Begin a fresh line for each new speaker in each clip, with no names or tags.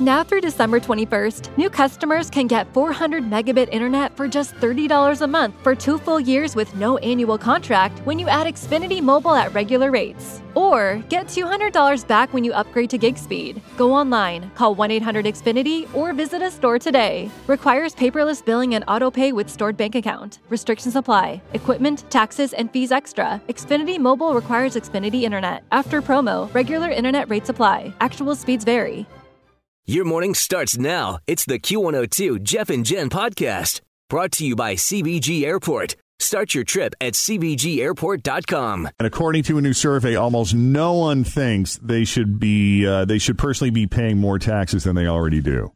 Now through December 21st, new customers can get 400 megabit internet for just $30 a month for two full years with no annual contract when you add Xfinity Mobile at regular rates. Or get $200 back when you upgrade to gig speed. Go online, call 1 800 Xfinity, or visit a store today. Requires paperless billing and auto pay with stored bank account. Restrictions apply. Equipment, taxes, and fees extra. Xfinity Mobile requires Xfinity Internet. After promo, regular internet rates apply. Actual speeds vary.
Your morning starts now. It's the Q102 Jeff and Jen podcast brought to you by CBG Airport. Start your trip at CBGAirport.com.
And according to a new survey, almost no one thinks they should be uh, they should personally be paying more taxes than they already do.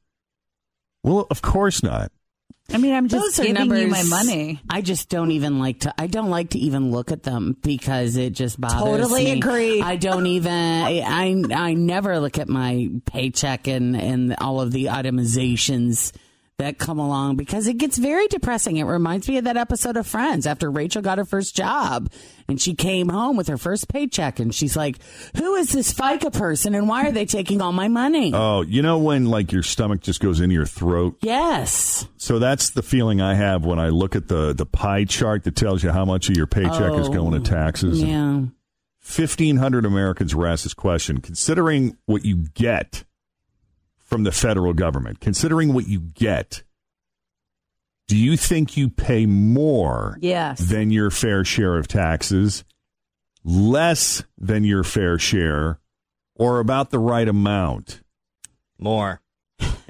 Well, of course not.
I mean, I'm
Those
just
are
giving you my
numbers
money.
I just don't even like to. I don't like to even look at them because it just bothers
Totally
me.
agree.
I don't even. I, I I never look at my paycheck and and all of the itemizations that come along because it gets very depressing. It reminds me of that episode of Friends after Rachel got her first job and she came home with her first paycheck and she's like, "Who is this FICA person and why are they taking all my money?"
Oh, you know when like your stomach just goes into your throat.
yes.
So that's the feeling I have when I look at the the pie chart that tells you how much of your paycheck is
Oh,
going to taxes. And
Yeah.
1500 Americans were asked this question considering what you get from the federal government, considering what you get, do you think you pay more
Yes.
than your fair share of taxes, less than your fair share, or about the right amount?
More.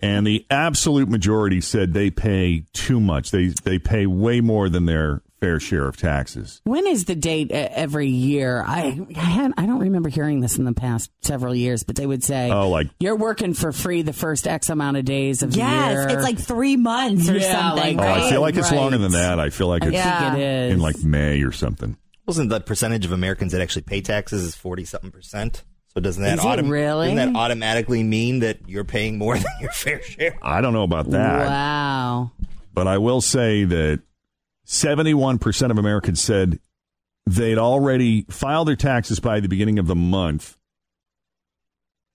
And the absolute majority said they pay too much. They they pay way more than their fair share of taxes.
When is the date uh, every year? I I, had, I don't remember hearing this in the past several years, but they would say,
Oh, like
"You're working for free the first X amount of days of the year."
Yes, it's like three months or
Yeah,
something.
oh,
like-
right?
I feel like it's
Right.
longer than that. I feel like
I
it's
Yeah.
think it is
in like May or something.
Wasn't the percentage of Americans that actually pay taxes is forty something percent? So doesn't that
Is it
autom-
really?
doesn't that automatically mean that you're paying more than your fair share?
I don't know about that,
wow.
but I will say that 71% of Americans said they'd already filed their taxes by the beginning of the month.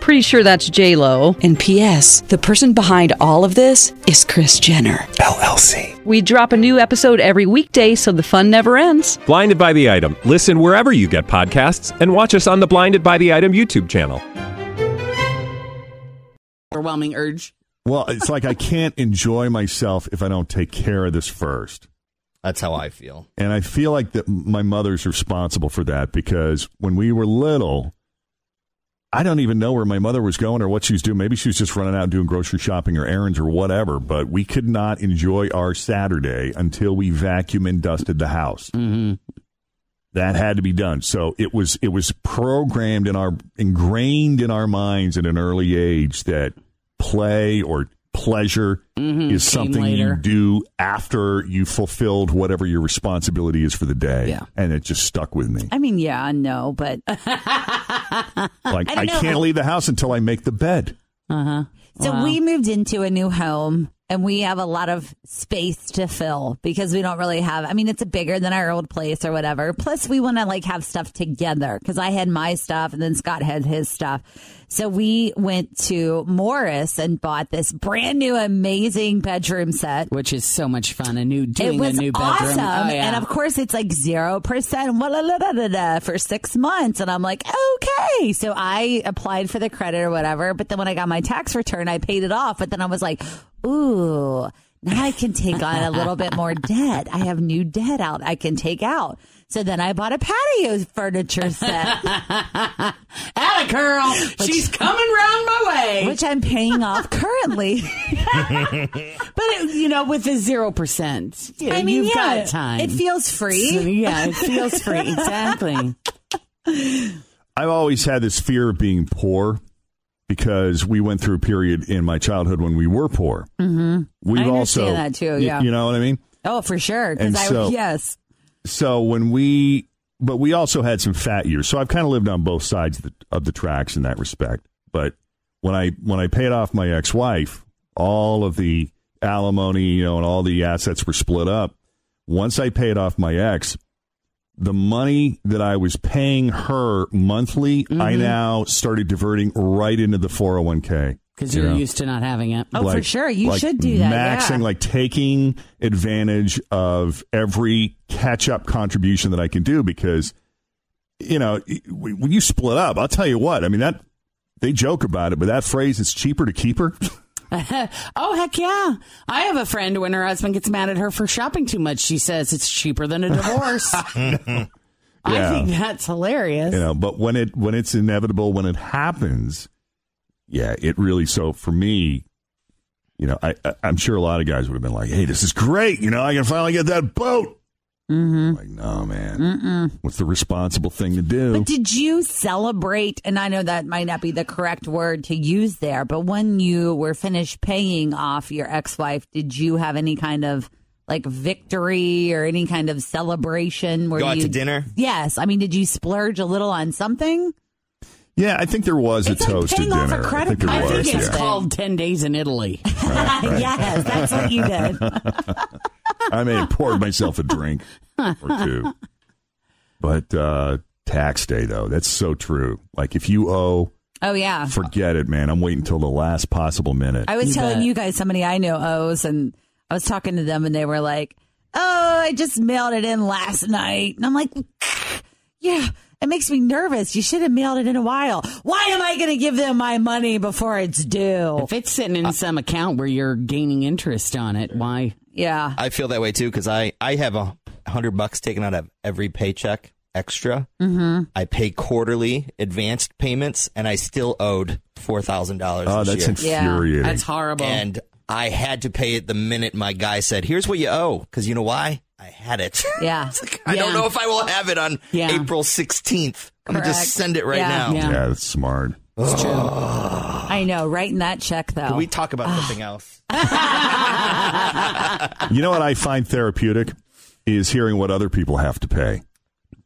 Pretty sure that's J Lo. And P.S. The person behind all of this is Chris Jenner LLC. We drop a new episode every weekday, so the fun never ends.
Blinded by the item. Listen wherever you get podcasts, and watch us on the Blinded by the Item YouTube channel.
Overwhelming urge.
well, it's like I can't enjoy myself if I don't take care of this first.
That's how I feel.
And I feel like that my mother's responsible for that because when we were little, I don't even know where my mother was going or what she was doing. Maybe she was just running out and doing grocery shopping or errands or whatever, but we could not enjoy our Saturday until we vacuumed and dusted the house. Mm-hmm. That had to be done. So it was it was programmed in our ingrained in our minds at an early age that play or pleasure
Mm-hmm.
is something you
later.
do after you fulfilled whatever your responsibility is for the day.
Yeah.
And it just stuck with me.
I mean, yeah, no, but uh,
Like
I
I,
don't know.
can't leave the house until I make the bed.
So we moved into a new home and we have a lot of space to fill because we don't really have I mean it's a bigger than our old place or whatever. Plus we want to like have stuff together cuz I had my stuff and then Scott had his stuff. So we went to Morris and bought this brand new amazing bedroom set.
which is so much fun. A new doing
it was
a new bedroom,
awesome.
Oh, yeah.
And of course, it's like 0% wa- la- la- la- la- la, for six months. And I'm like, okay. So I applied for the credit or whatever. But then when I got my tax return, I paid it off. But then I was like, ooh, now I can take on a little bit more debt. I have new debt out I can take out. So then I bought a patio furniture set,
Atta girl, she's coming round my way.
which I'm paying off currently.
but it, you know, with the zero percent, you know,
I mean,
you've
yeah,
got time.
it feels free.
So, yeah, it feels free. Exactly.
I've always had this fear of being poor because we went through a period in my childhood when we were poor. Mm-hmm. We've
I understand
also
that too,
y-
yeah.
you know what I mean.
Oh, for sure.
And
Because I,
so-
yes.
So when we, but we also had some fat years. So I've kind of lived on both sides of the, of the tracks in that respect. But when I when I paid off my ex wife, all of the alimony, you know, and all the assets were split up. Once I paid off my ex, the money that I was paying her monthly, I
Mm-hmm.
now started diverting right into the 401k.
Because you're
Yeah.
used to not having it.
Oh, for sure. You should do that.
Maxing,
yeah.
like taking advantage of every catch up contribution that I can do because, you know, when you split up, I'll tell you what, I mean, that they joke about it, but that phrase, it's cheaper to keep her.
Oh, heck yeah. I have a friend when her husband gets mad at her for shopping too much, she says it's cheaper than a divorce. I
Yeah.
think that's hilarious.
you know but when it when it's inevitable when it happens yeah it really so for me you know i, I i'm sure a lot of guys would have been like hey this is great you know i can finally get that boat mm-hmm. like no man what's the responsible thing to do
But did you celebrate? And I know that might not be the correct word to use there, but when you were finished paying off your ex wife, did you have any kind of like victory or any kind of celebration? Where
Go out
you,
to dinner?
Yes. I mean, did you splurge a little on something?
Yeah, I think there was a toast at
Paying off
dinner.
a
I
credit
think there
card.
was.
I think it's
yeah.
called 10 Days in Italy.
yes, that's what you did.
I may have poured myself a drink or two. But uh, tax day, though, that's so true. Like if you owe,
Oh yeah.
forget it, man. I'm waiting till the last possible minute.
I was telling you guys somebody I know owes, and I was talking to them, and they were like, "Oh, I just mailed it in last night," and I'm like, "Yeah." It makes me nervous. You should have mailed it in a while. Why am I going to give them my money before it's due?
If it's sitting in some account where you're gaining interest on it, why?
Yeah.
I feel that way too because I I have a hundred bucks taken out of every paycheck extra.
Mm-hmm.
I pay quarterly advanced payments, and I still owed four thousand dollars.
Oh, that's infuriating. Yeah, that's
horrible.
And I had to pay it the minute my guy said, "Here's what you owe," because you know why? I had it.
Yeah.
I don't know if I will have it on
Yeah.
April sixteenth. I'm gonna just
Correct.
send it right
Yeah.
now.
Yeah, that's smart.
It's true.
I know. Writing that check though.
Can we talk about
Ah.
something else?
You know what I find therapeutic is hearing what other people have to pay.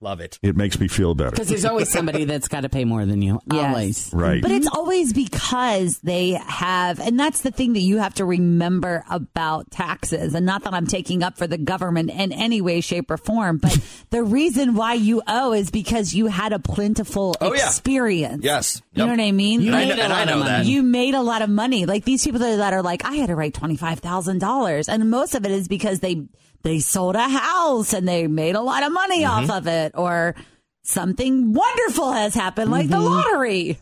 Love it.
It makes me feel better.
Because there's always somebody that's got to pay more than you. Always.
Right.
But it's always because they have, and that's the thing that you have to remember about taxes. And not that I'm taking up for the government in any way, shape, or form, but the reason why you owe is because you had a plentiful
Oh, yeah.
experience.
Yes.
You know
Yep.
what I mean?
You And I made kn- a and I lot of know money. that.
You made a lot of money. Like these people that are like, I had to write twenty five thousand dollars, and most of it is because they they sold a house and they made a lot of money
Mm-hmm.
off of it, or something wonderful has happened, like
Mm-hmm.
the lottery.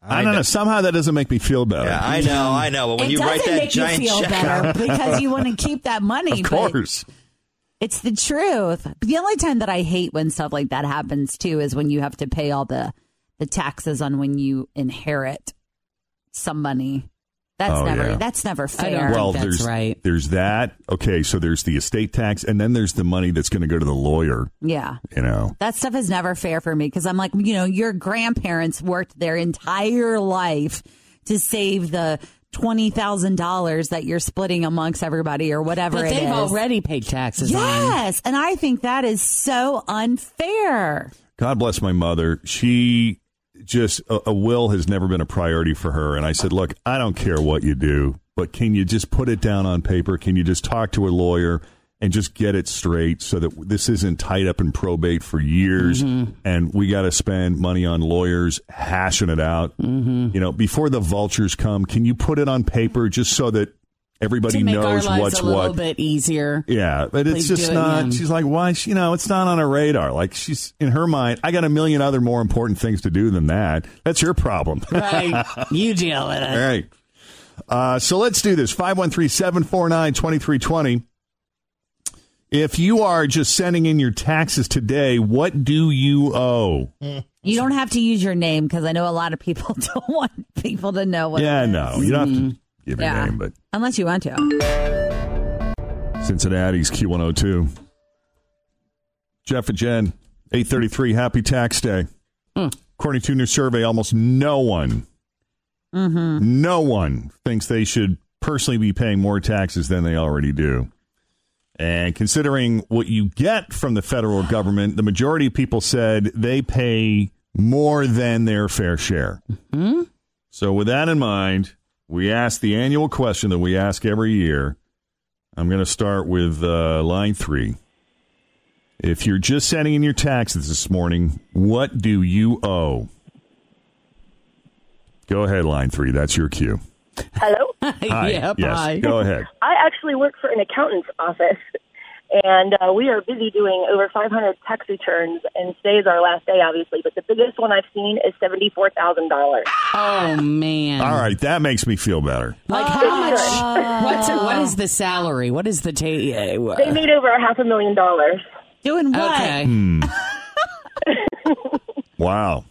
I don't know. Somehow that doesn't make me feel better.
Yeah, I know, I know. But when
it
you
doesn't
write that
make
giant
you feel
check
better
out,
because you want to keep that money.
Of
but
course.
it's the truth. But the only time that I hate when stuff like that happens too is when you have to pay all the the taxes on when you inherit some money. That's
Oh,
never
yeah.
that's never
I don't
fair.
think
well,
that's
there's
right.
there's that. Okay, so there's the estate tax, and then there's the money that's going to go to the lawyer.
yeah.
You know,
That stuff is never fair for me because I'm like, you know, your grandparents worked their entire life to save the twenty thousand dollars that you're splitting amongst everybody or whatever.
But
it
they've
is.
already paid taxes on
Yes, and I think that is so unfair.
God bless my mother. She just a, a will has never been a priority for her, and I said, look, I don't care what you do, but can you just put it down on paper? Can you just talk to a lawyer? And just get it straight so that this isn't tied up in probate for years,
Mm-hmm.
and we got to spend money on lawyers hashing it out.
Mm-hmm.
You know, before the vultures come, can you put it on paper just so that everybody
to make our
knows
lives
what's
a little
what?
bit easier.
Yeah, but it's
Please
just
do it,
not.
yeah.
She's like, why? She, you know, it's not on her radar. Like she's in her mind. I got a million other more important things to do than that. That's your problem.
Right. you deal with
All
it.
right. Uh, so let's do this 513 749 2320. If you are just sending in your taxes today, what do you owe?
You don't have to use your name because I know a lot of people don't want people to know what.
yeah,
it is.
no, you don't
Mm-hmm.
have to give your
Yeah.
name, but
Unless you want to.
Cincinnati's Q102. Jeff and Jen, 833, happy tax day. According to a new survey, almost no one, no one thinks they should personally be paying more taxes than they already do. And considering what you get from the federal government, the majority of people said they pay more than their fair share. So, with that in mind, we asked the annual question that we ask every year. I'm going to start with uh, line three. If you're just sending in your taxes this morning, what do you owe? Go ahead, line three. That's your cue.
Hello.
Hi.
Yep,
yes.
hi.
Go ahead.
I actually work for an accountant's office, and uh, we are busy doing over 500 tax returns. And today is our last day, obviously, but the biggest one I've seen is seventy-four thousand dollars.
Oh, man.
All right. That makes me feel better.
Like, how much? What's what is the salary? What is the ta- uh,
They made over a half a million dollars.
Doing what?
Okay.
Hmm. Wow.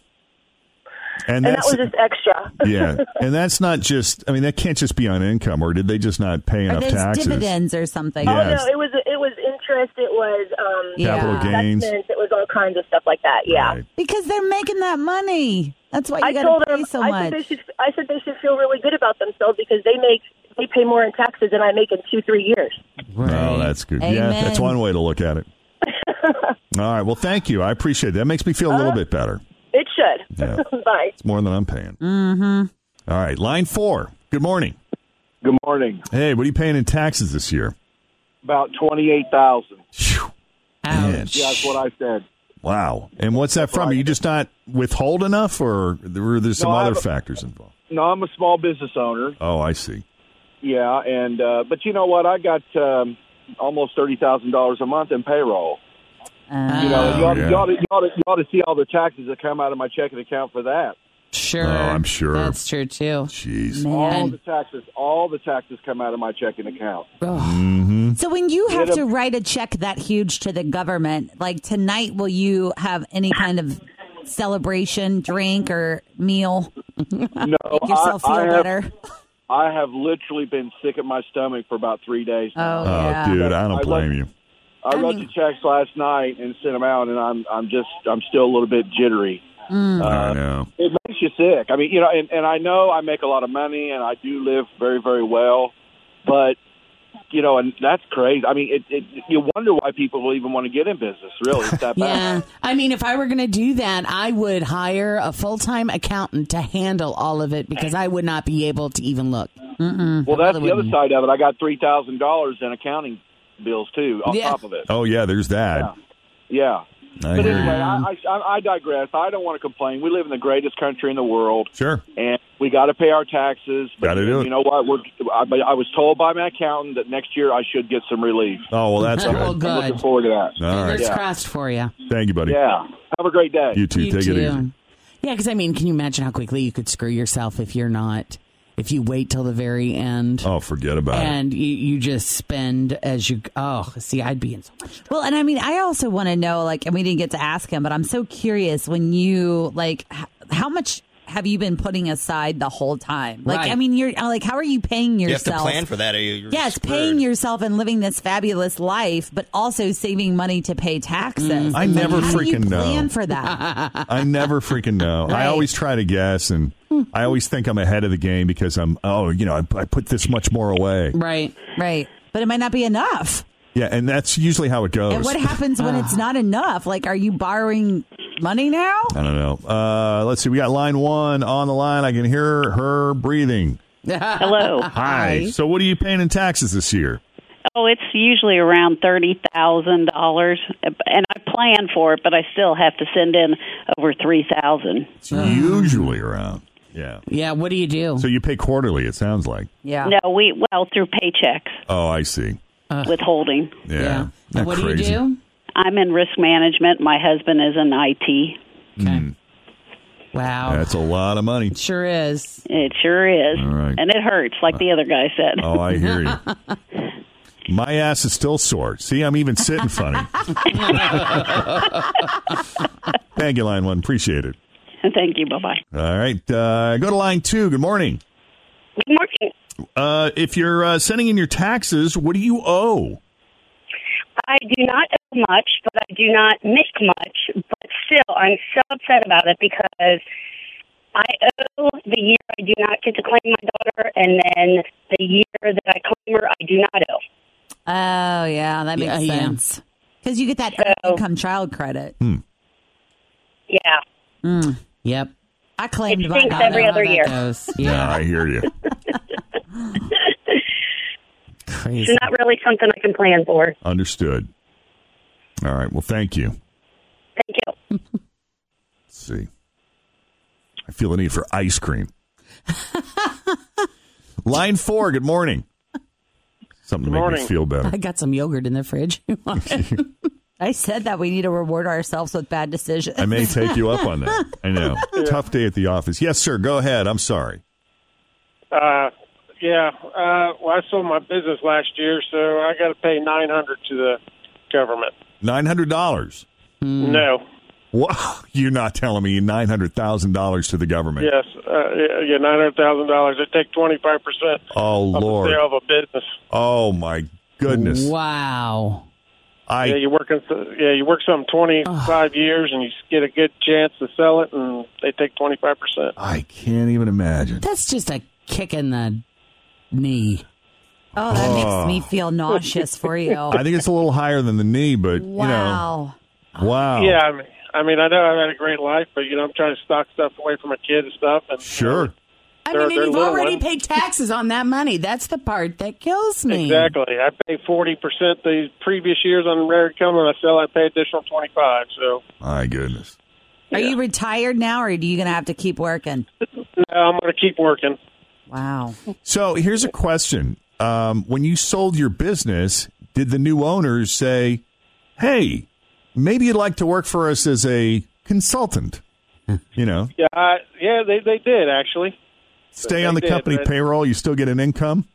And,
And that
that's
was just extra.
yeah, and that's not just. I mean, that can't just be on income, or did they just not pay
Or
enough
there's
taxes?
dividends or something.
Yeah.
Oh
Yes.
no, it was it was interest. It was um,
Yeah.
Capital gains.
investments. It was all kinds of stuff like that. Yeah.
Right.
Because they're making that money. That's why you
I
got
told
to pay
them
so
I
much.
said they should I said they should feel really good about themselves because they make they pay more in taxes than I make in two three years.
Oh, that's good. Yeah,
Amen.
that's one way to look at it. All right. Well, thank you. I appreciate it. That makes me feel a little bit better.
It should.
Yeah.
Bye.
It's more than I'm paying.
Mm-hmm.
All right, line four. Good morning. Good morning. Hey, what are you paying in taxes this year?
About twenty-eight thousand.
Man.
Yeah, that's what I said.
Wow. And what's that from? Are you just not withhold enough, or there were there some
No, I
other
have a-
factors involved?
No, I'm a small business owner.
Oh, I see.
Yeah, and uh, but you know what? I got um, almost thirty thousand dollars a month in payroll.
Oh,
you know, you ought,
yeah.
you, ought to, you, ought to, you ought to see all the taxes that come out of my checking account for that.
Sure.
Oh, I'm sure.
That's true too.
Jeez.
All the taxes, all the taxes come out of my checking account.
Mm-hmm.
So when you have
Get
to write a check that huge to the government, like tonight, will you have any kind of celebration, drink, or meal?
No,
Make yourself feel
Oh, I, I
better.
Have, I have literally been sick at my stomach for about three days. now.
Oh, dude, I don't blame you.
I wrote the checks last night and sent them out, and I'm I'm just I'm still a little bit jittery.
I know.
It makes you sick. I mean, you know, and, and I know I make a lot of money and I do live very very well, but you know, and that's crazy. I mean, it, it you wonder why people even want to get in business. Really, it's that bad.
Yeah. I mean, if I were going to do that, I would hire a full time accountant to handle all of it because I would not be able to even look. Mm-mm.
Well, that's the other side of it. I got three thousand dollars in accounting bills too on
Yeah.
top of it.
Oh, yeah, there's that.
Yeah.
I
but
hear
anyway,
you.
I, I, I digress. I don't want to complain. We live in the greatest country in the world.
Sure.
and we got to pay our taxes. But
Gotta do it.
You know what? We're, I, but I was told by my accountant that next year I should get some relief.
Oh, well, that's
So
good.
I'm looking forward to that.
All right.
Fingers crossed for you.
Thank you, buddy.
Yeah. Have a great day.
You too. Take it easy.
Yeah, because I mean, can you imagine how quickly you could screw yourself if you're not, if you wait till the very end
Oh, forget about it.
and you, you just spend as you, oh, see, I'd be in so much.
Well, and I mean, I also want to know, like, and we didn't get to ask him, but I'm so curious when you, like, h- how much have you been putting aside the whole time? Like,
Right.
I mean, you're like, how are you paying
You have to
yourself?
plan for that. Or you're
Yes, paying yourself and living this fabulous life, but also saving money to pay taxes.
Mm. I
Like,
never
how do you
freaking know.
plan for that.
I never freaking know. I always try to guess, and I always think I'm ahead of the game because I'm, oh, you know, I, I put this much more away.
Right,
right, but it might not be enough.
Yeah, and that's usually how it goes.
And what happens when it's not enough? Like, are you borrowing money now?
I don't know. Uh, let's see. We got line one on the line. I can hear her breathing.
Hello.
Hi. So, what are you paying in taxes this year?
Oh, it's usually around thirty thousand dollars, and I plan for it, but I still have to send in over three thousand.
It's usually around. Yeah.
Yeah. What do you do?
So you pay quarterly. It sounds like.
Yeah.
No, we well through paychecks
Oh, I see.
withholding.
Yeah. Not
What
crazy.
do you do? I'm in risk management. My husband is in IT.
Mm.
Wow.
That's a lot of money.
Sure is.
It sure is,
All right. Uh,
and it hurts, like the other guy said.
Oh, I hear you. My ass is still sore. See, I'm even sitting funny. Thank you, line one. Appreciate it.
Thank you. Bye bye.
All right. Uh, go to line two. Good morning.
Good morning.
Uh, if you're uh, sending in your taxes, what do you owe?
I do not owe much, but I do not make much. But still, I'm so upset about it because I owe the year I do not get to claim my daughter, and then the year that I claim her, I do not owe.
Oh, yeah, that makes
Yeah, yeah.
sense. Because you get that earned income child credit.
Yeah.
Yep.
I claimed
It
mine.
stinks
I don't
every
know how
other
that
year.
goes.
Yeah, I hear you.
It's not really something I can plan for.
Understood. All right. Well, thank you.
Thank you.
Let's see. I feel the need for ice cream. Line four. Good morning. Something to make me feel better.
I got some yogurt in the fridge.
I said that we need to reward ourselves with bad decisions.
I may take you up on that. I know. Tough day at the office. Yes, sir. Go ahead. I'm sorry.
Uh, yeah. Uh, well, I sold my business last year, so I got to pay nine hundred to the government.
Nine hundred dollars.
No.
What? You're not telling me nine hundred thousand dollars to the government?
Yes. Uh, yeah, yeah, nine hundred thousand dollars. They take twenty five percent
Oh
of
Lord.
the sale of a business.
Oh my goodness.
Wow.
I
yeah, you work in, yeah, you work some twenty five years, and you get a good chance to sell it, and they take twenty five percent.
I can't even imagine.
That's just a kick in the knee.
Oh, that
Oh.
makes me feel nauseous for you.
I think it's a little higher than the knee, but
Wow.
you know. Wow.
Yeah, I mean, I mean, I know I've had a great life, but you know, I'm trying to stock stuff away for my kids and stuff. And
sure,
I mean, and you've already paid taxes on that money. That's the part that kills me.
Exactly. I pay forty percent the previous years on rare income, and I sell. I pay additional twenty five. So
My goodness.
Are you retired now, or are you going to have to keep working?
no, I'm going to keep working.
Wow.
So here's a question: um, When you sold your business, did the new owners say, "Hey, maybe you'd like to work for us as a consultant"? You know,
Yeah, I, yeah, they they did actually.
stay
They
on the
did,
company
but,
payroll. You still get an income.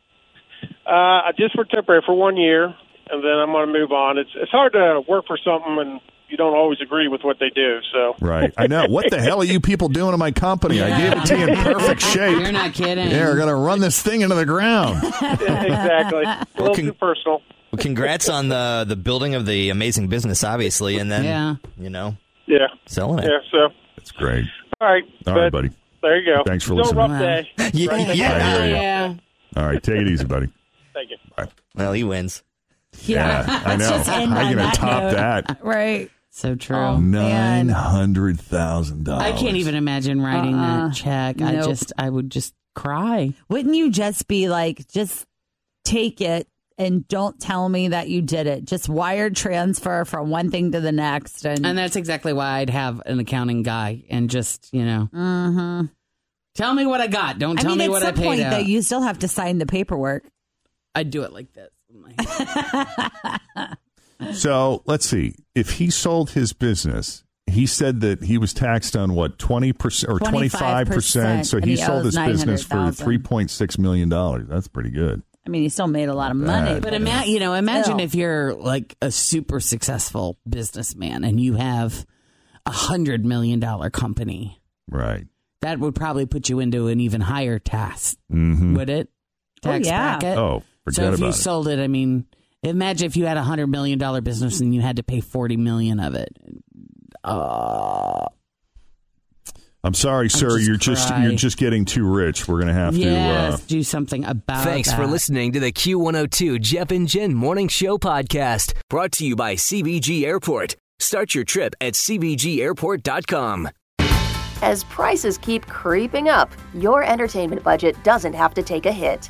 Uh, just for temporary for one year, and then I'm going to move on. It's it's hard to work for something and you don't always agree with what they do. So
Right. I know. What the hell are you people doing to my company? I gave it to you in perfect shape.
You're not kidding.
Yeah, we're gonna run this thing into the ground.
exactly. A little too personal.
Well, congrats on the the building of the amazing business, obviously, and then
Yeah.
you know
Yeah.
selling it.
Yeah. So
That's great.
all right.
All
but
right, buddy.
There you go.
Thanks for
Still a
listening.
rough day.
Yeah,
Right?
yeah.
I hear ya.
Yeah.
All right, take it easy, buddy.
Thank you.
Well, he wins.
Yeah, I know.
Just end
How
on
you gonna
that
top
note.
that?
Right.
So true.
Nine hundred thousand dollars.
I can't even imagine writing
Uh-uh.
that check. I
Nope.
just, I would just cry.
Wouldn't you just be like, just take it and don't tell me that you did it? Just wire transfer from one thing to the next. And,
And that's exactly why I'd have an accounting guy and just, you know,
Mhm.
tell me what Mm-hmm. I got. Don't
I
tell
mean,
me
at
what
some
I paid
point,
out.
though, you still have to sign the paperwork.
I'd do it like this.
So let's see. If he sold his business, he said that he was taxed on what twenty percent or twenty five
25%,
percent. So
and
he
he
sold
owes
his business for
$900,000.
three point six million dollars. That's pretty good.
I mean, you still made a lot of money.
Bad.
But
Yeah.
ima- Uh, you know, imagine
Still.
if you're like a super successful businessman and you have a hundred million dollar company.
Right.
That would probably put you into an even higher tax,
Mm-hmm.
would it?
Oh,
Tax
yeah.
bracket.
Oh, forget
so if
about
you
it.
sold it, I mean, imagine if you had a hundred million dollar business and you had to pay forty million of it. Uh,
I'm sorry, sir.
just
you're just
cry.
you're just getting too rich. We're gonna have
yes,
to. Uh,
do something about.
Thanks for
that.
listening to the Q102 Jeff and Jen Morning Show podcast brought to you by CBG Airport. Start your trip at CBGAirport.com.
As prices keep creeping up, your entertainment budget doesn't have to take a hit.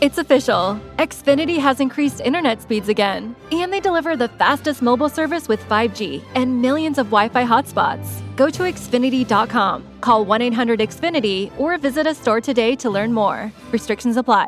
It's official. Xfinity has increased internet speeds again, and they deliver the fastest mobile service with 5G and millions of Wi Fi hotspots. Go to Xfinity.com, call 1 800 Xfinity, or visit a store today to learn more. Restrictions apply.